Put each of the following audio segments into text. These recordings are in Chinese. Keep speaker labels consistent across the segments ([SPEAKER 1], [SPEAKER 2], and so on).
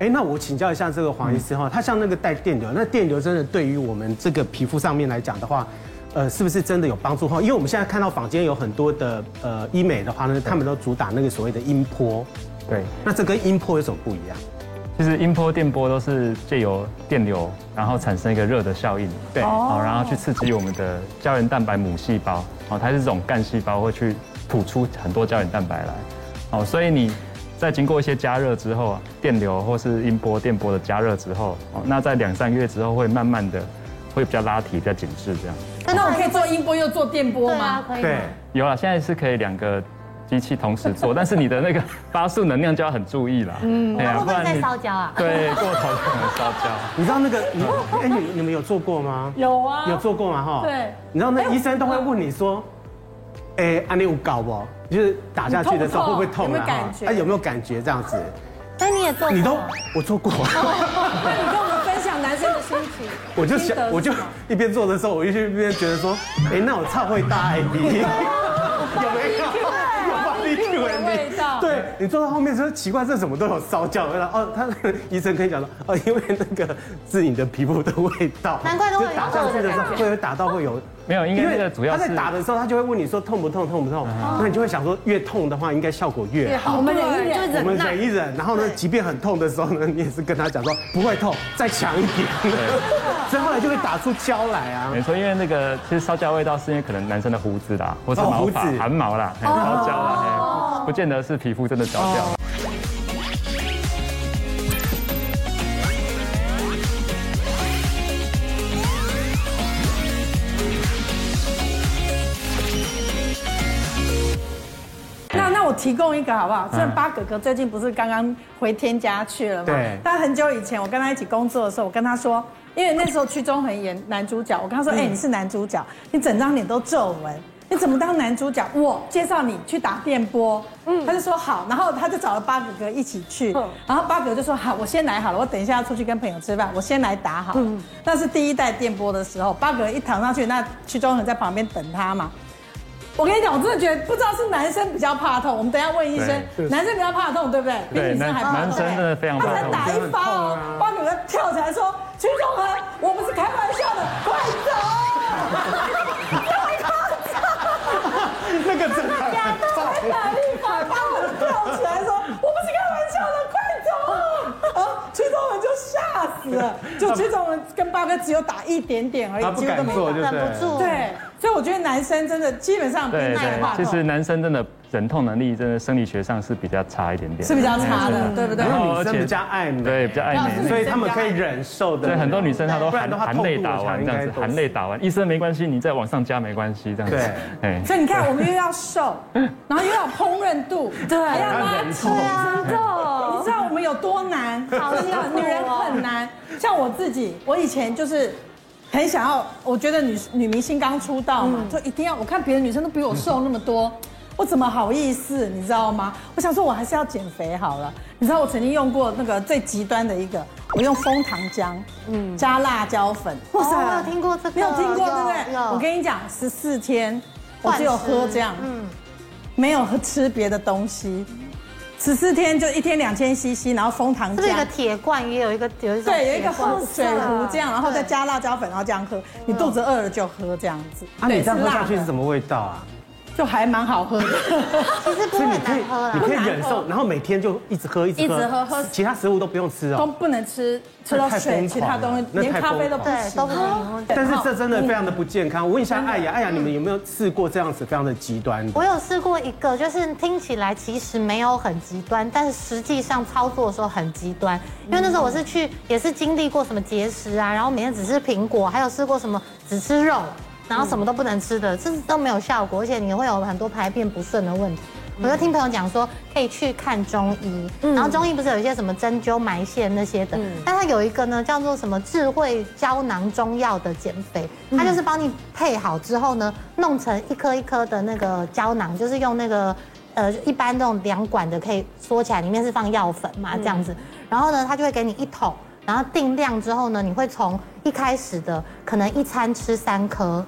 [SPEAKER 1] 哎，那我请教一下这个黄医
[SPEAKER 2] 嗯
[SPEAKER 1] 师哈，他像那个带电流，那电流真的对于我们这个皮肤上面来讲的话，呃，是不是真的有帮助哈？因为我们现在看到坊间有很多的呃医美的话呢，他们都主打那个所谓的音波，
[SPEAKER 3] 对，
[SPEAKER 1] 那这跟音波有什么不一样？
[SPEAKER 3] 其实音波、电波都是借由电流，然后产生一个热的效应，
[SPEAKER 1] 对
[SPEAKER 3] 好，然后去刺激我们的胶原蛋白母细胞，好，它是这种干细胞会去吐出很多胶原蛋白来，好，所以你在经过一些加热之后啊，电流或是音波、电波的加热之后，哦，那在两三个月之后会慢慢的会比较拉提、比较紧致这样。
[SPEAKER 2] 那我可以做音波又做电波
[SPEAKER 4] 对
[SPEAKER 2] 吗
[SPEAKER 4] 啊？，可以。
[SPEAKER 1] 对，
[SPEAKER 3] 有啦，现在是可以两个机器同时做，但是你的那个 发数能量就要很注意啦，嗯，
[SPEAKER 4] 那会不会在烧焦啊？
[SPEAKER 3] 对，过头就可能烧焦。
[SPEAKER 1] 你知道那个你哎你你们有做过吗？
[SPEAKER 2] 有啊，
[SPEAKER 1] 有做过吗？哈，
[SPEAKER 2] 对哎
[SPEAKER 1] 你知道那医生都会问你说，哎，安利有搞不？就是打下去的时候会
[SPEAKER 2] 你
[SPEAKER 1] 不
[SPEAKER 2] 痛不
[SPEAKER 1] 会痛啊？哈
[SPEAKER 2] 痛有没有感觉
[SPEAKER 1] 啊有没有感觉这样子？
[SPEAKER 4] 但你也做过，
[SPEAKER 1] 你都我做 过。，
[SPEAKER 2] 那你跟我们分享男生的心情
[SPEAKER 1] 我就
[SPEAKER 2] 心
[SPEAKER 1] 想
[SPEAKER 2] 得，是
[SPEAKER 1] 我就
[SPEAKER 2] 什么
[SPEAKER 1] 一边做的时候，我就一边觉得说，哎，那我超会搭 ID，有没有？有
[SPEAKER 2] barbecue 的味道
[SPEAKER 1] 对你坐到后面说奇怪，这怎么都有烧焦味道？哦，他医生跟你讲说，哦，因为那个是你的皮肤的味道，
[SPEAKER 4] 难怪都会
[SPEAKER 1] 就
[SPEAKER 4] 有
[SPEAKER 1] 打上去的时候会有打到会有。
[SPEAKER 3] 没有，应该那个主
[SPEAKER 1] 他
[SPEAKER 3] 要
[SPEAKER 1] 在
[SPEAKER 3] 是嗯
[SPEAKER 1] 打的时候，他就会问你说痛不痛，痛不痛？那你就会想说，越痛的话，应该效果越好。
[SPEAKER 4] 我们忍一忍，
[SPEAKER 1] 我们忍一忍，然后呢，即便很痛的时候呢，你也是跟他讲说不会痛，再强一点， 所以后来就会打出胶来啊。
[SPEAKER 3] 没错，因为那个其实烧焦味道是因为可能男生的胡子啦，或是毛
[SPEAKER 1] 哦哦
[SPEAKER 3] 发
[SPEAKER 1] 胡子、
[SPEAKER 3] 汗毛啦，嘿烧焦啦，嘿不见得是皮肤真的烧焦。
[SPEAKER 2] 那那我提供一个好不好？这八哥哥最近不是刚刚回天家去了吗？
[SPEAKER 1] 对
[SPEAKER 2] 但很久以前，我跟他一起工作的时候，我跟他说，因为那时候屈中恒演男主角，我跟他说，哎、你是男主角，你整张脸都皱纹。你怎么当男主角？我介绍你去打电波，他就说好，然后他就找了八哥哥一起去，然后八哥就说好，我先来好了，我等一下要出去跟朋友吃饭，我先来打好了。那是第一代电波的时候，八哥一躺上去，那屈中恒在旁边等他嘛，我跟你讲，我真的觉得不知道是男生比较怕痛，我们等一下问医生，
[SPEAKER 1] 对
[SPEAKER 2] 男生比较怕痛，对不对？比
[SPEAKER 3] 对
[SPEAKER 2] 女生还
[SPEAKER 3] 男
[SPEAKER 2] 怕痛。
[SPEAKER 3] 男生真的非常怕痛
[SPEAKER 2] 他才打一发哦，帮女儿跳起来说：“徐仲恒，我不是开玩笑的，快走！”
[SPEAKER 1] 那个真的很
[SPEAKER 2] 才打一发，把我跳起来说：“我不是开玩笑的，快走！”然后徐仲恒就吓死了，就徐仲恒跟八哥只有打一点点而
[SPEAKER 1] 他
[SPEAKER 2] 已，
[SPEAKER 1] 不
[SPEAKER 2] 几乎
[SPEAKER 1] 敢
[SPEAKER 2] 都没
[SPEAKER 1] 做，
[SPEAKER 2] 打。
[SPEAKER 1] 就
[SPEAKER 4] 忍
[SPEAKER 1] 是
[SPEAKER 4] 不。住。，
[SPEAKER 2] 对，所以我觉得男生真的基本上比
[SPEAKER 3] 对
[SPEAKER 2] 女生怕
[SPEAKER 3] 对，
[SPEAKER 2] 痛
[SPEAKER 3] 其实男生真的忍痛能力真的生理学上是比较差一点点，
[SPEAKER 2] 是比较差的，
[SPEAKER 3] 嗯
[SPEAKER 2] 对不对
[SPEAKER 1] 然？
[SPEAKER 3] 后
[SPEAKER 1] 后女生比较爱美，
[SPEAKER 3] 对，比较爱美。
[SPEAKER 1] 所以他们可以忍受的。
[SPEAKER 3] 对，很多女生她都
[SPEAKER 1] 不然
[SPEAKER 3] 含
[SPEAKER 1] 的话
[SPEAKER 3] 含泪打完这样
[SPEAKER 1] 痛度我想应该
[SPEAKER 3] 子，
[SPEAKER 1] 都是
[SPEAKER 3] 含泪打完，医生没关系，你再往上加没关系这样子。
[SPEAKER 1] 对，
[SPEAKER 3] 哎，
[SPEAKER 2] 所以你看，我们又要瘦，然后又要烹饪度，对，还要拉
[SPEAKER 1] 痛
[SPEAKER 2] 筋，
[SPEAKER 4] 啊真的
[SPEAKER 2] 你
[SPEAKER 4] 哦。
[SPEAKER 2] 知道我们有多难？
[SPEAKER 4] 好辛苦哦
[SPEAKER 2] 女人很难。像我自己，我以前就是很想要，我觉得女女明星刚出道
[SPEAKER 4] 嗯
[SPEAKER 2] 嘛，就一定要。我看别的女生都比我瘦那么多， 我怎么好意思？你知道吗？我想说，我还是要减肥好了。你知道我曾经用过那个最极端的一个，我用枫糖浆，嗯，加辣椒粉。
[SPEAKER 4] 哇塞我有听过这个
[SPEAKER 2] 没有听过
[SPEAKER 4] 有
[SPEAKER 2] 对不对
[SPEAKER 4] 有？
[SPEAKER 2] 我跟你讲，十四天我
[SPEAKER 4] 断
[SPEAKER 2] 只有喝这样
[SPEAKER 4] 食，嗯，
[SPEAKER 2] 没有喝吃别的东西，十四天就一天两千 CC，然后枫糖
[SPEAKER 4] 是不是有一个
[SPEAKER 2] 浆。
[SPEAKER 4] 铁罐，也有一个有一种
[SPEAKER 2] 对，有一个
[SPEAKER 4] 铁罐
[SPEAKER 2] 喝水壶这样，然后再加辣椒粉，然后这样
[SPEAKER 4] 嗯
[SPEAKER 2] 喝。你肚子饿了就喝这样子。
[SPEAKER 1] 啊，你
[SPEAKER 2] 对
[SPEAKER 1] 这样喝下去
[SPEAKER 2] 是
[SPEAKER 1] 是
[SPEAKER 2] 辣的
[SPEAKER 1] 什么味道啊？
[SPEAKER 2] 就还蛮好 喝的，
[SPEAKER 4] 其实不
[SPEAKER 1] 所以
[SPEAKER 4] 会
[SPEAKER 1] 你
[SPEAKER 4] 很
[SPEAKER 1] 可以
[SPEAKER 4] 难
[SPEAKER 2] 啊
[SPEAKER 4] 喝啊
[SPEAKER 1] 你
[SPEAKER 4] 啦。
[SPEAKER 1] 可以忍受，然后每天就一直喝，一直喝，
[SPEAKER 2] 一直喝喝
[SPEAKER 1] 其他食物都不用吃
[SPEAKER 2] 都
[SPEAKER 1] 哦。
[SPEAKER 2] 不能吃，吃到
[SPEAKER 1] 那太
[SPEAKER 2] 水，
[SPEAKER 1] 疯
[SPEAKER 2] 其他
[SPEAKER 1] 狂
[SPEAKER 2] 东西
[SPEAKER 1] 了那
[SPEAKER 2] 连
[SPEAKER 1] 太
[SPEAKER 2] 咖啡
[SPEAKER 1] 疯
[SPEAKER 2] 都不
[SPEAKER 4] 狂了
[SPEAKER 2] 行。
[SPEAKER 4] 对都不能
[SPEAKER 2] 对
[SPEAKER 1] 但是
[SPEAKER 2] 好
[SPEAKER 1] 这真的
[SPEAKER 2] 嗯
[SPEAKER 1] 非常的不健康。我问一下艾雅，艾雅，你们有没有试过这样子非常的极端的？
[SPEAKER 4] 我有试过一个，就是听起来其实没有很极端，但是实际上操作的时候很极端。因为那时候我是去，也是经历过什么节食啊，然后每天只吃苹果，还有试过什么只吃肉，然后什么都不能吃的，这都没有效果，而且你会有很多排便不顺的问题。我就听朋友讲说，可以去看中医，然后中医不是有一些什么针灸、埋线那些的，但它有一个呢叫做什么智慧胶囊中药的减肥，它就是帮你配好之后呢，弄成一颗一颗的那个胶囊，就是用那个呃一般那种两管的可以缩起来，里面是放药粉嘛这样子，然后呢它就会给你一桶，然后定量之后呢，你会从一开始的可能一餐吃三颗。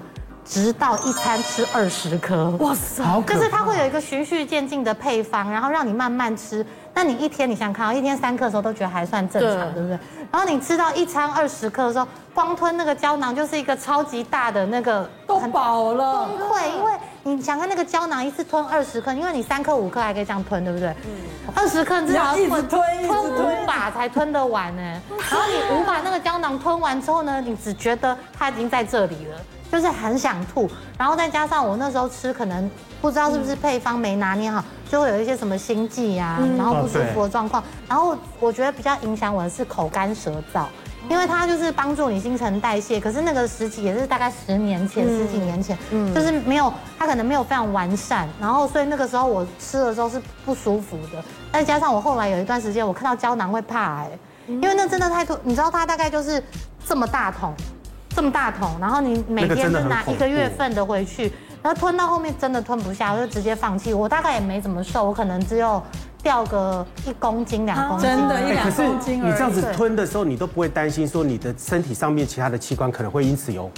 [SPEAKER 4] 直到一餐吃二十颗，哇塞！就是它会有一个循序渐进的配方，然后让你慢慢吃。那你一天你想看，一天三克的时候都觉得还算正常，
[SPEAKER 5] 对
[SPEAKER 4] 对不对？然后你吃到一餐二十克的时候，光吞那个胶囊就是一个超级大的那个
[SPEAKER 2] 都
[SPEAKER 4] 很
[SPEAKER 2] 饱了，
[SPEAKER 4] 崩溃，因为你想看那个胶囊一次吞二十克，因为你三克五克还可以这样吞，对不对？二十克至少要
[SPEAKER 2] 嗯你要一直吞一直
[SPEAKER 4] 吞
[SPEAKER 2] 吞
[SPEAKER 4] 五把才吞得完呢。然后你五把那个胶囊吞完之后呢，你只觉得它已经在这里了，就是很想吐。然后再加上我那时候吃，可能不知道是不是配方没拿捏好，就会有一些什么心悸呀、
[SPEAKER 2] 嗯
[SPEAKER 4] 然后不舒服的状况。然后我觉得比较影响我的是口干舌燥。因为它就是帮助你新陈代谢，可是那个时期也是大概十年前、十几年前，就是没有它可能没有非常完善，然后所以那个时候我吃的时候是不舒服的，再加上我后来有一段时间我看到胶囊会怕哎、因为那真的太多，你知道它大概就是这么大桶，这么大桶，然后你每
[SPEAKER 1] 那个
[SPEAKER 4] 天
[SPEAKER 1] 真的
[SPEAKER 4] 就
[SPEAKER 1] 很
[SPEAKER 4] 拿一
[SPEAKER 1] 恐
[SPEAKER 4] 个月
[SPEAKER 1] 怖
[SPEAKER 4] 份的回去，然后吞到后面真的吞不下，我就直接放弃。我大概也没怎么瘦，我可能只有掉个一公斤、两公斤。
[SPEAKER 2] 啊真的，一
[SPEAKER 1] 哎，可
[SPEAKER 2] 两
[SPEAKER 1] 是
[SPEAKER 2] 公斤而
[SPEAKER 1] 你
[SPEAKER 2] 已。
[SPEAKER 1] 这样子
[SPEAKER 4] 对
[SPEAKER 1] 吞的时候，你都不会担心说你的身体上面其他的器官可能会因此有，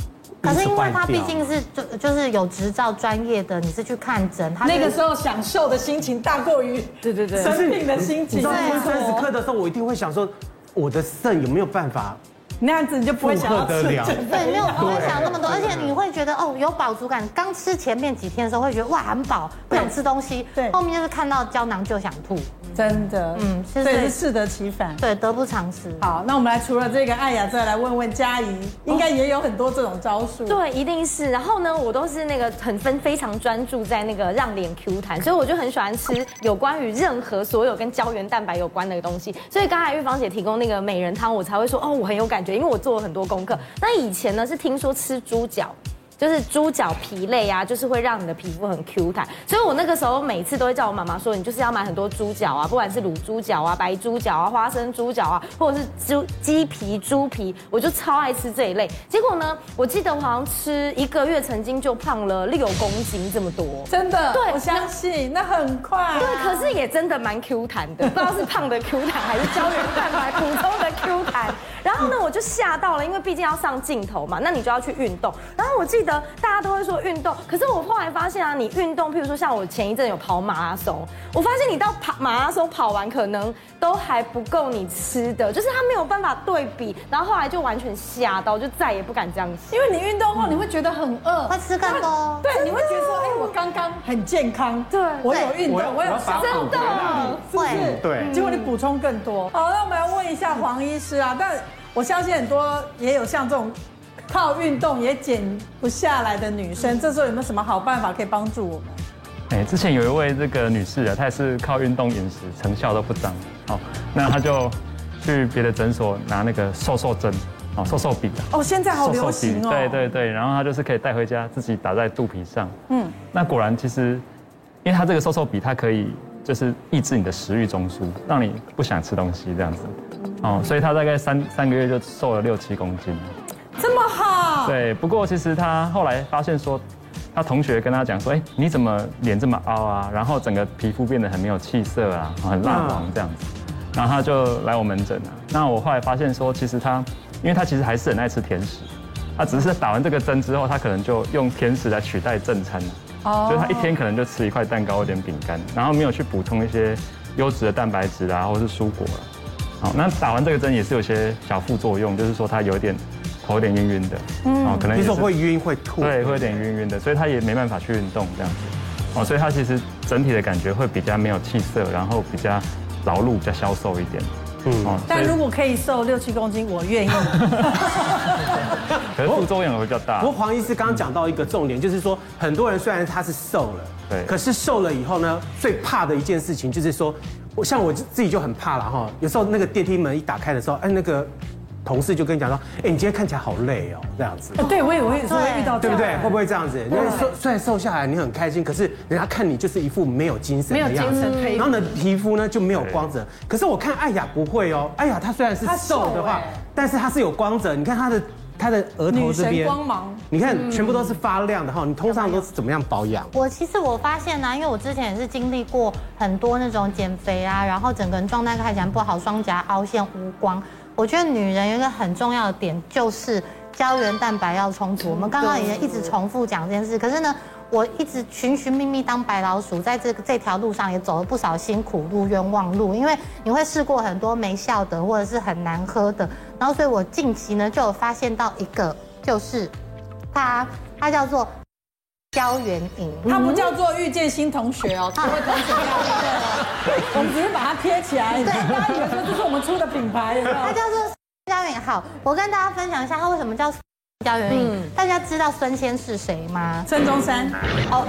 [SPEAKER 4] 可是因为他
[SPEAKER 1] 因此坏
[SPEAKER 4] 毕
[SPEAKER 1] 掉啊
[SPEAKER 4] 竟是就就是有执照专业的，你是去看诊，他
[SPEAKER 2] 那个
[SPEAKER 4] 是
[SPEAKER 2] 时候享受的心情大过于
[SPEAKER 5] 对对对，
[SPEAKER 2] 生病的心
[SPEAKER 1] 你
[SPEAKER 2] 情
[SPEAKER 1] 知道。
[SPEAKER 4] 对
[SPEAKER 1] 吞
[SPEAKER 4] 啊
[SPEAKER 1] 三十克的时候，我一定会想说，我的肾有没有办法
[SPEAKER 2] 那样子你就不
[SPEAKER 1] 负
[SPEAKER 2] 会想
[SPEAKER 1] 荷
[SPEAKER 2] 要
[SPEAKER 1] 得
[SPEAKER 2] 吃
[SPEAKER 1] 了？
[SPEAKER 4] 对，没有不会
[SPEAKER 2] 欸
[SPEAKER 4] 想那么多，而且你会觉得哦有饱足感。刚吃前面几天的时候会觉得哇很饱，不想吃东西，
[SPEAKER 2] 对
[SPEAKER 4] 后面就是看到胶囊就想吐，
[SPEAKER 2] 真的，嗯
[SPEAKER 4] 嗯，
[SPEAKER 2] 所
[SPEAKER 4] 是
[SPEAKER 2] 以是
[SPEAKER 4] 最
[SPEAKER 2] 适得其反。
[SPEAKER 4] 对，得不偿失。
[SPEAKER 2] 好，那我们来除了这个艾雅之外，来问问佳怡，应该也有很多这种招数。
[SPEAKER 6] 对，一定是。然后呢，我都是那个很分非常专注在那个让脸 Q 弹，所以我就很喜欢吃有关于任何所有跟胶原蛋白有关的东西。所以刚才玉芳姐提供那个美人汤，我才会说哦，我很有感觉，因为我做了很多功课。那以前呢是听说吃猪脚。就是猪脚皮类啊，就是会让你的皮肤很 Q 弹，所以我那个时候每次都会叫我妈妈说，你就是要买很多猪脚啊，不管是卤猪脚啊、白猪脚啊、花生猪脚啊，或者是猪鸡皮、猪皮，我就超爱吃这一类。结果呢，我记得我好像吃一个月，曾经就胖了六公斤这么多。
[SPEAKER 2] 真的，
[SPEAKER 6] 对
[SPEAKER 2] 我相信那很快啊。
[SPEAKER 6] 对，可是也真的蛮 Q 弹的，不知道是胖的 Q 弹还是胶原蛋白补充的 Q 弹。然后呢，我就吓到了，因为毕竟要上镜头嘛，那你就要去运动。然后我记得大家都会说运动，可是我后来发现啊，你运动，譬如说像我前一阵有跑马拉松，我发现你到跑马拉松跑完，可能都还不够你吃的，就是它没有办法对比。然后后来就完全吓到，就再也不敢这样吃。
[SPEAKER 2] 因为你运动后，你会觉得很饿，
[SPEAKER 4] 会吃更多
[SPEAKER 2] 对，你会觉得说，哎，我刚刚很健康，
[SPEAKER 6] 对
[SPEAKER 2] 我有运动，我有嗯消
[SPEAKER 6] 真的。
[SPEAKER 2] 是不
[SPEAKER 4] 会
[SPEAKER 2] 是？
[SPEAKER 1] 对
[SPEAKER 2] 结果你补充更多。好，那我们来问一下黄医师啊，但我相信很多也有像这种靠运动也减不下来的女生，这时候有没有什么好办法可以帮助我们？
[SPEAKER 3] 哎，之前有一位这个女士啊，她也是靠运动饮食，成效都不彰。好，那她就去别的诊所拿那个瘦瘦针，哦，瘦瘦笔啊，
[SPEAKER 2] 哦，现在好流行哦，
[SPEAKER 3] 对对对，然后它就是可以带回家自己打在肚皮上。嗯，那果然其实，因为它这个瘦瘦笔，它可以就是抑制你的食欲中枢，让你不想吃东西这样子。哦，所以它大概三三个月就瘦了六七公斤。
[SPEAKER 2] 这么好。
[SPEAKER 3] 对，不过其实他后来发现说，他同学跟他讲说，哎，你怎么脸这么凹啊？然后整个皮肤变得很没有气色啊，很蜡黄这样子。然后他就来我门诊啊。那我后来发现说，其实他，因为他其实还是很爱吃甜食，他只是打完这个针之后，他可能就用甜食来取代正餐了。
[SPEAKER 2] 哦
[SPEAKER 3] 哦，就是他一天可能就吃一块蛋糕、一点饼干，然后没有去补充一些优质的蛋白质啊，或是蔬果啊。好，那打完这个针也是有些小副作用，就是说他有一点头有点晕晕的，
[SPEAKER 2] 嗯
[SPEAKER 3] 哦，可能
[SPEAKER 1] 你
[SPEAKER 3] 也是
[SPEAKER 1] 说会晕会吐，
[SPEAKER 3] 对，会有点晕晕的，所以他也没办法去运动这样子，哦，所以他其实整体的感觉会比较没有气色，然后比较劳碌、比较消瘦一点，嗯，哦，
[SPEAKER 2] 但
[SPEAKER 3] 所
[SPEAKER 2] 如
[SPEAKER 3] 以
[SPEAKER 2] 果可以瘦六七公斤，我愿 意。
[SPEAKER 3] 可是副作用也会比较大
[SPEAKER 1] 不 过，黄医师刚刚讲到一个重点，就是说很多人虽然他是瘦了，
[SPEAKER 3] 对
[SPEAKER 1] 可是瘦了以后呢，最怕的一件事情就是说，我像我自己就很怕了哈。有时候那个电梯门一打开的时候，哎，那个同事就跟你讲说，哎，你今天看起来好累哦，这样子。
[SPEAKER 2] 哦对，我也我也说遇到这
[SPEAKER 1] 对不
[SPEAKER 2] 样
[SPEAKER 1] 对？会不会这样子？人家瘦虽然瘦下来，你很开心，可是人家看你就是一副没有精神的样子，然后呢皮肤呢就没有光泽。可是我看艾雅不会哦，艾雅她虽然是
[SPEAKER 2] 她瘦
[SPEAKER 1] 瘦的欸话
[SPEAKER 2] 哎，
[SPEAKER 1] 但是她是有光泽。你看她的她的额头这
[SPEAKER 2] 女神
[SPEAKER 1] 边
[SPEAKER 2] 光芒
[SPEAKER 1] 你看全部都是发亮的哈。你通常都是怎么样保养？
[SPEAKER 4] 我其实我发现呢、因为我之前也是经历过很多那种减肥啊，然后整个人状态看起来不好，双颊凹陷、无光。我觉得女人有一个很重要的点就是胶原蛋白要充足。我们刚刚也一直重复讲这件事，可是呢，我一直寻寻觅觅当白老鼠，在这个这条路上也走了不少辛苦路、冤枉路，因为你会试过很多没效的或者是很难喝的，然后所以我近期呢就有发现到一个，就是它它叫做胶原饮。
[SPEAKER 2] 它不叫做遇见新同学
[SPEAKER 1] 嗯
[SPEAKER 4] 啊
[SPEAKER 2] 哦，各位同学不要误 会哦，我们只是把它贴起来，大家以为说这是我们出的品牌，有没
[SPEAKER 4] 它
[SPEAKER 2] 有？
[SPEAKER 4] 叫做胶原饮好，我跟大家分享一下它为什么叫胶原饮。大家知道孙先是谁吗？
[SPEAKER 2] 孙中山，
[SPEAKER 4] 哦，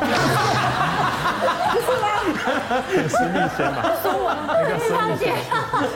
[SPEAKER 3] 是立先吧？
[SPEAKER 6] 芳姐，
[SPEAKER 2] 哎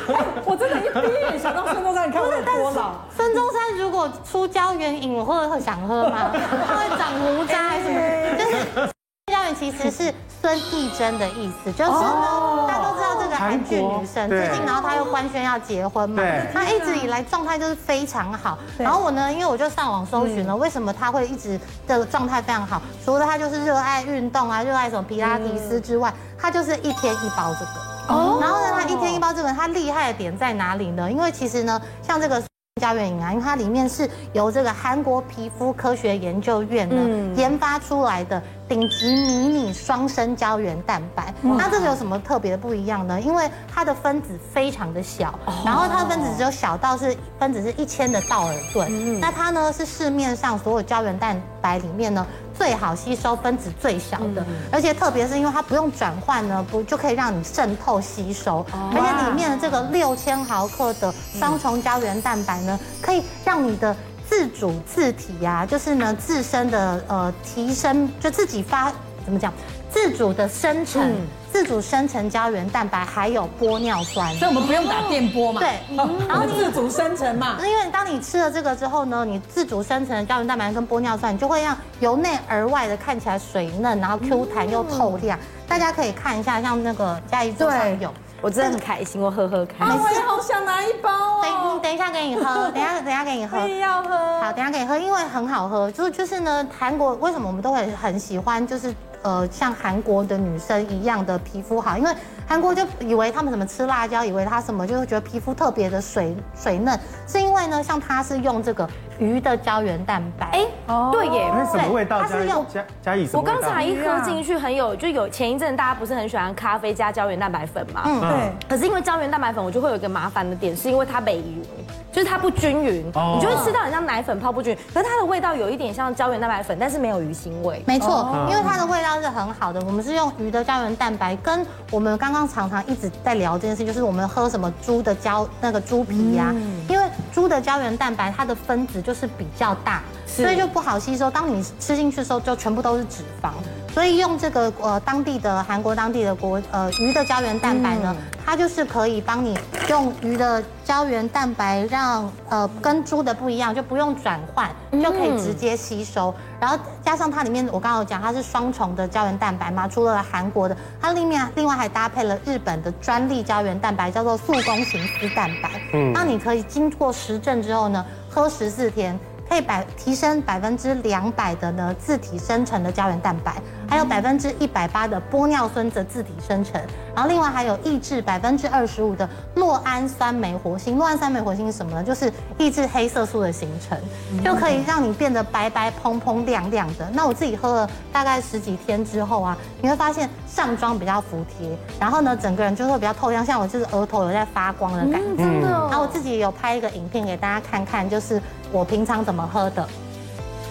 [SPEAKER 2] 我真的一第一眼想到孙中山，你看我有多老。
[SPEAKER 4] 孙中山如果出胶原饮，我会会想喝 吗？会长胡渣还是
[SPEAKER 1] 哎
[SPEAKER 4] 什么？就是胶原其实是孙艺珍的意思，就是呢，大家都知道这个韩剧女神，
[SPEAKER 1] 哦韩国
[SPEAKER 4] 最近然后她又官宣要结婚嘛
[SPEAKER 1] 对，
[SPEAKER 4] 她一直以来状态就是非常好。
[SPEAKER 2] 对
[SPEAKER 4] 然后我呢，因为我就上网搜寻
[SPEAKER 1] 嗯
[SPEAKER 4] 了，为什么她会一直的状态非常好？除了她就是热爱运动啊，热爱什么皮拉提斯之外，
[SPEAKER 1] 嗯
[SPEAKER 4] 她就是一天一包这个。
[SPEAKER 2] 哦
[SPEAKER 4] 然后呢，它一天一包这个，它厉害的点在哪里呢？因为其实呢，像这个胶原饮啊，因为它里面是由这个韩国皮肤科学研究院呢、研发出来的顶级迷你双生胶原蛋白。那这个有什么特别的不一样呢？因为它的分子非常的小，然后它的分子只有小到是分子是一千的道尔顿。那它呢是市面上所有胶原蛋白里面呢最好吸收、分子最小的，而且特别是因为它不用转换呢，不就可以让你渗透吸收，而且里面的这个六千毫克的双重胶原蛋白呢，可以让你的。自主自体啊，就是呢自身的呃提升，就自己发怎么讲，自主的生成、自主生成胶原蛋白，还有玻尿酸。
[SPEAKER 2] 所以我们不用打电波嘛，
[SPEAKER 4] 对
[SPEAKER 2] 然后自主生成嘛，
[SPEAKER 4] 啊
[SPEAKER 1] 嗯
[SPEAKER 4] 因为当你吃了这个之后呢，你自主生成的胶原蛋白跟玻尿酸，你就会让由内而外的看起来水嫩，然后 Q 弹又透亮。大家可以看一下，像那个嘉怡桌上有。
[SPEAKER 6] 我真的很开心，我喝喝看。
[SPEAKER 2] 啊，我也好想拿一包哦，
[SPEAKER 4] 等嗯等一下给你喝，等一下等一下给你喝
[SPEAKER 2] 我。也要喝。
[SPEAKER 4] 好，等一下可以喝，因为很好喝。就是就是呢，韩国为什么我们都会很喜欢，就是呃，像韩国的女生一样的皮肤好，因为韩国就以为他们什么吃辣椒，以为她什么，就会觉得皮肤特别的水水嫩，是因为呢，像她是用这个鱼的胶原蛋白。
[SPEAKER 6] 哎，对耶，
[SPEAKER 1] 那哎什么味道？
[SPEAKER 4] 对它
[SPEAKER 1] 嘉
[SPEAKER 4] 是
[SPEAKER 1] 义
[SPEAKER 4] 用
[SPEAKER 1] 嘉嘉义什么
[SPEAKER 6] 我
[SPEAKER 1] 味道？
[SPEAKER 6] 刚才一喝进去很有，就有前一阵大家不是很喜欢咖啡加胶原蛋白粉嘛？
[SPEAKER 4] 嗯
[SPEAKER 2] 对，
[SPEAKER 6] 可是因为胶原蛋白粉，我就会有一个麻烦的点，是因为它没匀，就是它不均匀，
[SPEAKER 1] 哦
[SPEAKER 6] 你就会吃到很像奶粉泡不均匀。可是它的味道有一点像胶原蛋白粉，但是没有鱼腥味。
[SPEAKER 4] 没错，因为它的味道是很好的。我们是用鱼的胶原蛋白，跟我们刚刚常常一直在聊这件事，就是我们喝什么猪的胶那个猪皮呀、因为猪的胶原蛋白它的分子就是比较大，所以就不好吸收。当你吃进去的时候，就全部都是脂肪。所以用这个呃当地的韩国当地的国呃鱼的胶原蛋白呢，它就是可以帮你用鱼的胶原蛋白让呃跟猪的不一样，就不用转换，就可以直接吸收。然后加上它里面我刚刚有讲它是双重的胶原蛋白嘛，除了韩国的，它里面另外还搭配了日本的专利胶原蛋白，叫做速攻型丝蛋白。嗯，那你可以经过实证之后呢，喝十四天。可以百提升百分之两百的呢自体生成的胶原蛋白，还有百分之一百八的玻尿酸则自体生成，然后另外还有抑制百分之二十五的酪氨酸酶活性。酪氨酸酶活性是什么呢？就是抑制黑色素的形成，就可以让你变得白白蓬蓬亮亮的。那我自己喝了大概十几天之后啊，你会发现上妆比较服帖，然后呢整个人就会比较透亮，像我就是额头有在发光的感觉。
[SPEAKER 6] 嗯真的哦
[SPEAKER 4] 然后我自己有拍一个影片给大家看看，就是我平常怎么喝的。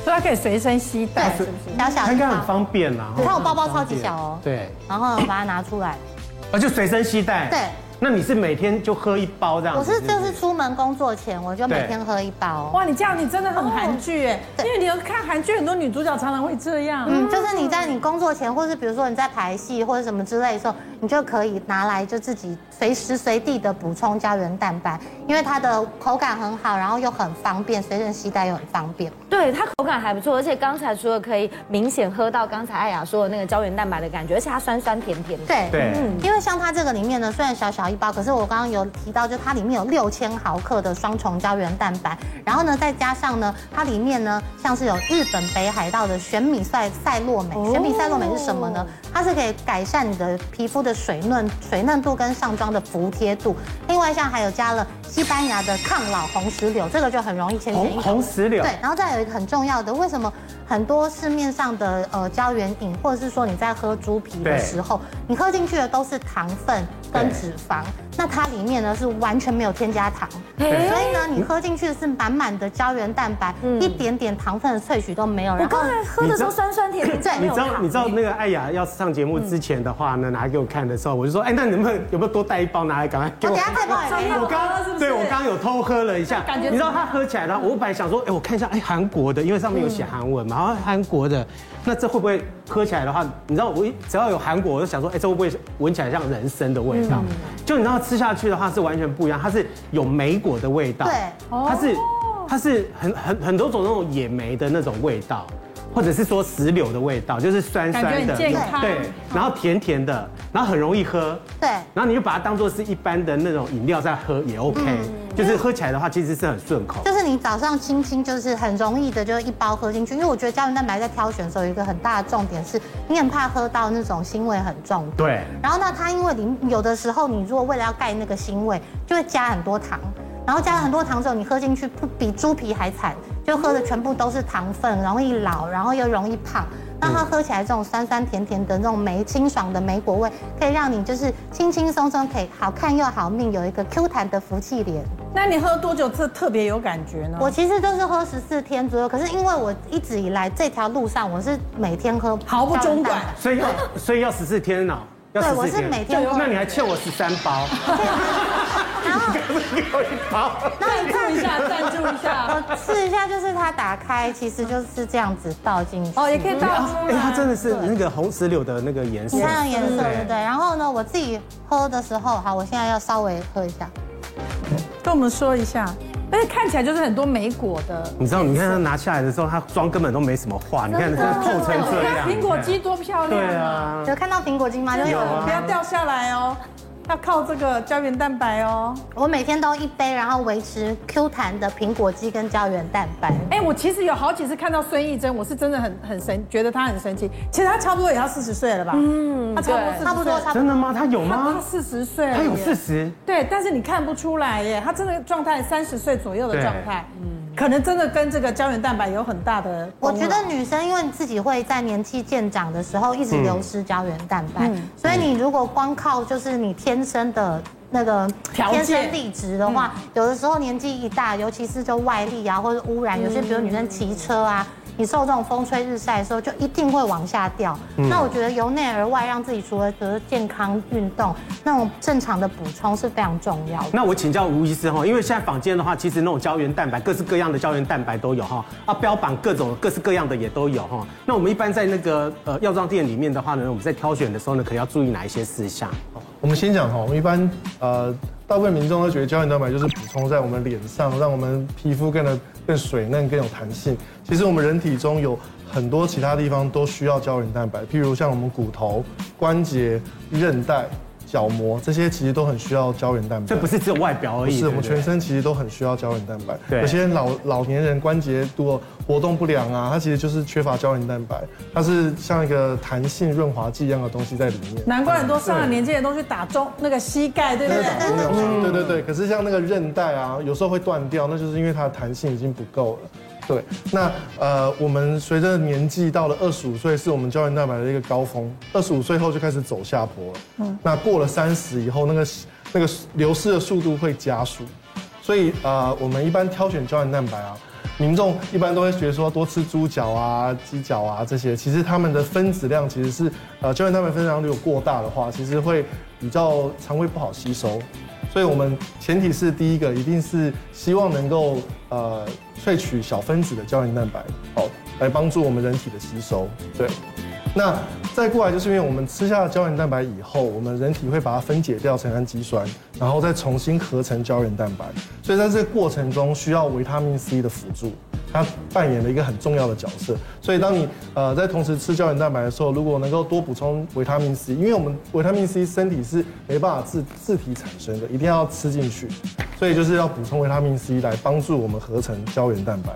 [SPEAKER 2] 所以它可以随身携带，是不是？
[SPEAKER 4] 小小
[SPEAKER 1] 它
[SPEAKER 4] 一
[SPEAKER 1] 应该很
[SPEAKER 4] 包，
[SPEAKER 1] 方便啦。
[SPEAKER 4] 你看我包包
[SPEAKER 1] 很方
[SPEAKER 4] 超级
[SPEAKER 1] 便
[SPEAKER 4] 小哦
[SPEAKER 1] 对，
[SPEAKER 4] 然后把它拿出来。
[SPEAKER 1] 啊就随身携带。
[SPEAKER 4] 对
[SPEAKER 1] 那你是每天就喝一包这样
[SPEAKER 4] 我
[SPEAKER 1] 子？
[SPEAKER 4] 是
[SPEAKER 1] 不
[SPEAKER 4] 就是出门工作前，我就每天喝一包。
[SPEAKER 2] 哇，你这样你真的
[SPEAKER 4] 哦
[SPEAKER 2] 很韩剧哎，因为你有看韩剧，很多女主角常常会这样。
[SPEAKER 4] 嗯，就是你在你工作前，或是比如说你在排戏或者什么之类的时候，你就可以拿来就自己随时随地的补充胶原蛋白，因为它的口感很好，然后又很方便，随身携带又很方便。
[SPEAKER 6] 对它口感还不错，而且刚才除了可以明显喝到刚才艾雅说的那个胶原蛋白的感觉，而且它酸酸甜甜的。
[SPEAKER 4] 对
[SPEAKER 1] 对
[SPEAKER 4] 因为像它这个里面呢，虽然小小一包，可是我刚刚有提到，就它里面有六千毫克的双重胶原蛋白，然后呢，再加上呢，它里面呢像是有日本北海道的玄米赛赛洛美，玄米赛洛美是什么呢？它是可以改善你的皮肤的水嫩水嫩度跟上妆的服帖度，另外像还有加了西班牙的抗老红石榴，这个就很容易浅显易
[SPEAKER 1] 红
[SPEAKER 4] 懂。
[SPEAKER 1] 红石榴。
[SPEAKER 4] 对，然后再有一个很重要的，为什么很多市面上的呃胶原饮，或者是说你在喝猪皮的
[SPEAKER 1] 对
[SPEAKER 4] 时候，你喝进去的都是糖分跟
[SPEAKER 1] 对
[SPEAKER 4] 脂肪，那它里面呢是完全没有添加糖，所
[SPEAKER 6] 哎
[SPEAKER 4] 以呢
[SPEAKER 1] 嗯
[SPEAKER 4] 你喝进去的是满满的胶原蛋白，一点点糖分的萃取都没有。
[SPEAKER 6] 我
[SPEAKER 4] 然后
[SPEAKER 6] 刚才喝的时候酸 酸甜甜，
[SPEAKER 4] 对
[SPEAKER 1] 你
[SPEAKER 6] 没有
[SPEAKER 1] 知道
[SPEAKER 6] 糖
[SPEAKER 1] 你知道那个艾雅要上节目之前的话呢，拿给我看的时候，我就说，哎，那你们有没有多带一包拿来，赶快给
[SPEAKER 4] 我
[SPEAKER 1] 我
[SPEAKER 4] 哦等。下再帮你
[SPEAKER 1] 哎我刚
[SPEAKER 2] 偷喝是不是
[SPEAKER 1] 对我刚刚有偷喝了一下，
[SPEAKER 2] 感觉
[SPEAKER 1] 你知道它喝起来
[SPEAKER 2] 嗯
[SPEAKER 1] 呢，我本来想说，哎，我看一下，哎，韩国的，因为上面有写韩文嘛，然后韩国的，那这会不会喝起来的话，你知道我一只要有韩国，我就想说，哎，这会不会闻起来像人参的味道？
[SPEAKER 2] 嗯
[SPEAKER 1] 就你知道吃下去的话是完全不一样，它是有莓果的味道，
[SPEAKER 4] 对
[SPEAKER 1] 它是
[SPEAKER 2] 哦
[SPEAKER 1] 它是很很很多种那种野莓的那种味道。或者是说石榴的味道，就是酸酸
[SPEAKER 2] 感觉
[SPEAKER 1] 的，
[SPEAKER 2] 很健康
[SPEAKER 1] 对，然后甜甜的，然后很容易喝，
[SPEAKER 4] 对
[SPEAKER 1] 然后你就把它当做是一般的那种饮料在喝也 OK，、就是喝起来的话其实是很顺口。
[SPEAKER 4] 嗯就是你早上轻轻就是很容易的就一包喝进去，因为我觉得胶原蛋白在挑选的时候有一个很大的重点是，你很怕喝到那种腥味很重的。
[SPEAKER 1] 对，
[SPEAKER 4] 然后呢，它因为里有的时候你如果为了要盖那个腥味，就会加很多糖，然后加了很多糖之后，你喝进去不比猪皮还惨，就喝的全部都是糖分，容易老，然后又容易胖。
[SPEAKER 2] 嗯
[SPEAKER 4] 那它喝起来这种酸酸甜甜的那种梅清爽的梅果味，可以让你就是轻轻松松，可以好看又好命，有一个 Q 弹的福气脸。
[SPEAKER 2] 那你喝多久这特别有感觉呢？
[SPEAKER 4] 我其实就是喝十四天左右，可是因为我一直以来这条路上我是每天喝，
[SPEAKER 2] 毫不中断
[SPEAKER 1] 所以要所以要十四天呢、要
[SPEAKER 4] 对
[SPEAKER 1] 14
[SPEAKER 4] 我是
[SPEAKER 1] 天
[SPEAKER 4] 每天喝啊
[SPEAKER 1] 那你还欠我十三 包，
[SPEAKER 4] 然后
[SPEAKER 1] 给我一包。
[SPEAKER 4] 那你看
[SPEAKER 2] 赞助一下，赞助一 下。
[SPEAKER 4] 我试一下，就是它打开，其实就是这样子倒进去。
[SPEAKER 2] 哦，也可以倒出
[SPEAKER 1] 哎、
[SPEAKER 2] 来。
[SPEAKER 1] 它真的是那个红石榴的那个颜色
[SPEAKER 4] 你，看颜色对不对？
[SPEAKER 1] 对
[SPEAKER 4] 然后呢，我自己喝的时候，好，我现在要稍微喝一下，
[SPEAKER 2] 跟我们说一下，而且看起来就是很多莓果的。
[SPEAKER 1] 你知道，你看它拿下来的时候，它妆根本都没什么化，你看它透成这样。
[SPEAKER 2] 苹果肌多漂亮
[SPEAKER 1] 对
[SPEAKER 2] 啊！嗯
[SPEAKER 1] 啊，
[SPEAKER 4] 有看到苹果精吗？就
[SPEAKER 1] 有啊
[SPEAKER 2] 不要掉下来哦，要靠这个胶原蛋白哦。
[SPEAKER 4] 我每天都一杯，然后维持 Q 弹的苹果肌跟胶原蛋白。
[SPEAKER 2] 哎，我其实有好几次看到孙艺珍，我是真的很很神，觉得她很神奇。其实她差不多也要四十岁了吧？嗯，她差不多
[SPEAKER 6] 对
[SPEAKER 2] 40
[SPEAKER 4] 差不多，
[SPEAKER 2] 岁
[SPEAKER 4] 差不
[SPEAKER 1] 真的吗？它有
[SPEAKER 2] 她她
[SPEAKER 1] 吗？
[SPEAKER 2] 四十岁了耶，
[SPEAKER 1] 它有四十，
[SPEAKER 2] 对，但是你看不出来耶，她真的状态三十岁左右的状态，嗯，可能真的跟这个胶原蛋白有很大的功
[SPEAKER 4] 我
[SPEAKER 2] 劳。嗯
[SPEAKER 4] 觉得女生因为自己会在年纪渐长的时候一直流失胶原蛋白，所以你如果光靠就是你天生的那个
[SPEAKER 2] 条件
[SPEAKER 4] 天生丽质的话，
[SPEAKER 2] 嗯
[SPEAKER 4] 有的时候年纪一大，尤其是就外力啊或者污
[SPEAKER 2] 嗯
[SPEAKER 4] 染，有些比如女生骑车啊。你受这种风吹日晒的时候，就一定会往下掉。
[SPEAKER 2] 嗯
[SPEAKER 4] 那我觉得由内而外，让自己除了就是健康运动，那种正常的补充是非常重要的。
[SPEAKER 1] 那我请教吴医师哈，因为现在坊间的话，其实那种胶原蛋白，各式各样的胶原蛋白都有哈，啊，标榜各种各式各样的也都有哈。那我们一般在那个呃药妆店里面的话呢，我们在挑选的时候呢，可能要注意哪一些事项？
[SPEAKER 5] 我们先讲哈，我们一般呃，大部分民众都觉得胶原蛋白就是补充在我们脸上，让我们皮肤更的更水嫩、更有弹性。其实我们人体中有很多其他地方都需要胶原蛋白，譬如像我们骨头、关节、韧带、角膜这些，其实都很需要胶原蛋白。
[SPEAKER 1] 这不是只有外表而已，
[SPEAKER 5] 是
[SPEAKER 1] 对
[SPEAKER 5] 我
[SPEAKER 1] 不
[SPEAKER 5] 们
[SPEAKER 1] 对
[SPEAKER 5] 全身其实都很需要胶原蛋白。
[SPEAKER 1] 对
[SPEAKER 5] 有些老老年人关节如果活动不良啊，它其实就是缺乏胶原蛋白，它是像一个弹性润滑剂一样的东西在里面。
[SPEAKER 2] 难怪很多上了年纪的都去打中那个膝盖，对不对？
[SPEAKER 5] 对对对对，可是像那个韧带啊，有时候会断掉，那就是因为它的弹性已经不够了。对，那呃，我们随着年纪到了二十五岁，是我们胶原蛋白的一个高峰。二十五岁后就开始走下坡了。嗯，那过了三十以后，那个那个流失的速度会加速。所以呃，我们一般挑选胶原蛋白啊，民众一般都会觉得说多吃猪脚啊、鸡脚啊这些，其实它们的分子量其实是呃胶原蛋白分子量如果过大的话，其实会比较肠胃不好吸收。所以我们前提是第一个一定是希望能够呃萃取小分子的胶原蛋白哦，来帮助我们人体的吸收。对。那再过来就是因为我们吃下胶原蛋白以后，我们人体会把它分解掉成氨基酸，然后再重新合成胶原蛋白，所以在这个过程中需要维他命 C 的辅助，它扮演了一个很重要的角色。所以当你呃在同时吃胶原蛋白的时候，如果能够多补充维他命 C，因为我们维他命 C 身体是没办法自自体产生的，一定要吃进去，所以就是要补充维他命 C 来帮助我们合成胶原蛋白。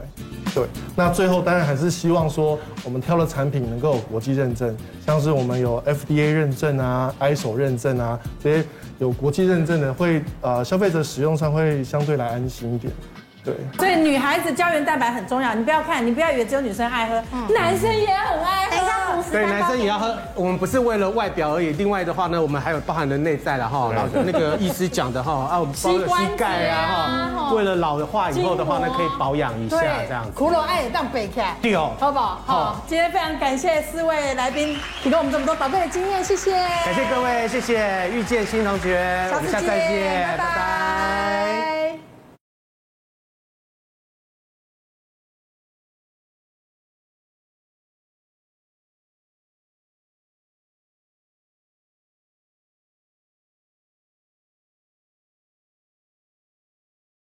[SPEAKER 5] 对，那最后当然还是希望说，我们挑的产品能够有国际认证，像是我们有 FDA 认证啊、ISO 认证啊，这些有国际认证的会，呃，消费者使用上会相对来安心一点。对，
[SPEAKER 2] 所以女孩子胶原蛋白很重要，你不要看，你不要以为只有女生爱喝，男生也很爱
[SPEAKER 4] 嗯等一下，
[SPEAKER 2] 喝。
[SPEAKER 4] 五十
[SPEAKER 1] 对，
[SPEAKER 4] 三
[SPEAKER 1] 男生也要喝。我们不是为了外表而已，另外的话呢，我们还有包含了内在了哈。然后那个医师讲的哈，啊，我们包括膝盖啊哈，为了老的话以后的话呢，可以保养一下这样子。
[SPEAKER 2] 苦哎肉爱也当北看，
[SPEAKER 1] 对哦
[SPEAKER 2] 好不好？好
[SPEAKER 1] 好，
[SPEAKER 2] 今天非常感谢四位来宾提供我们这么多宝贝的经验，谢谢，
[SPEAKER 1] 感谢各位，谢谢遇见新同学，我们下次再见，
[SPEAKER 2] 拜拜。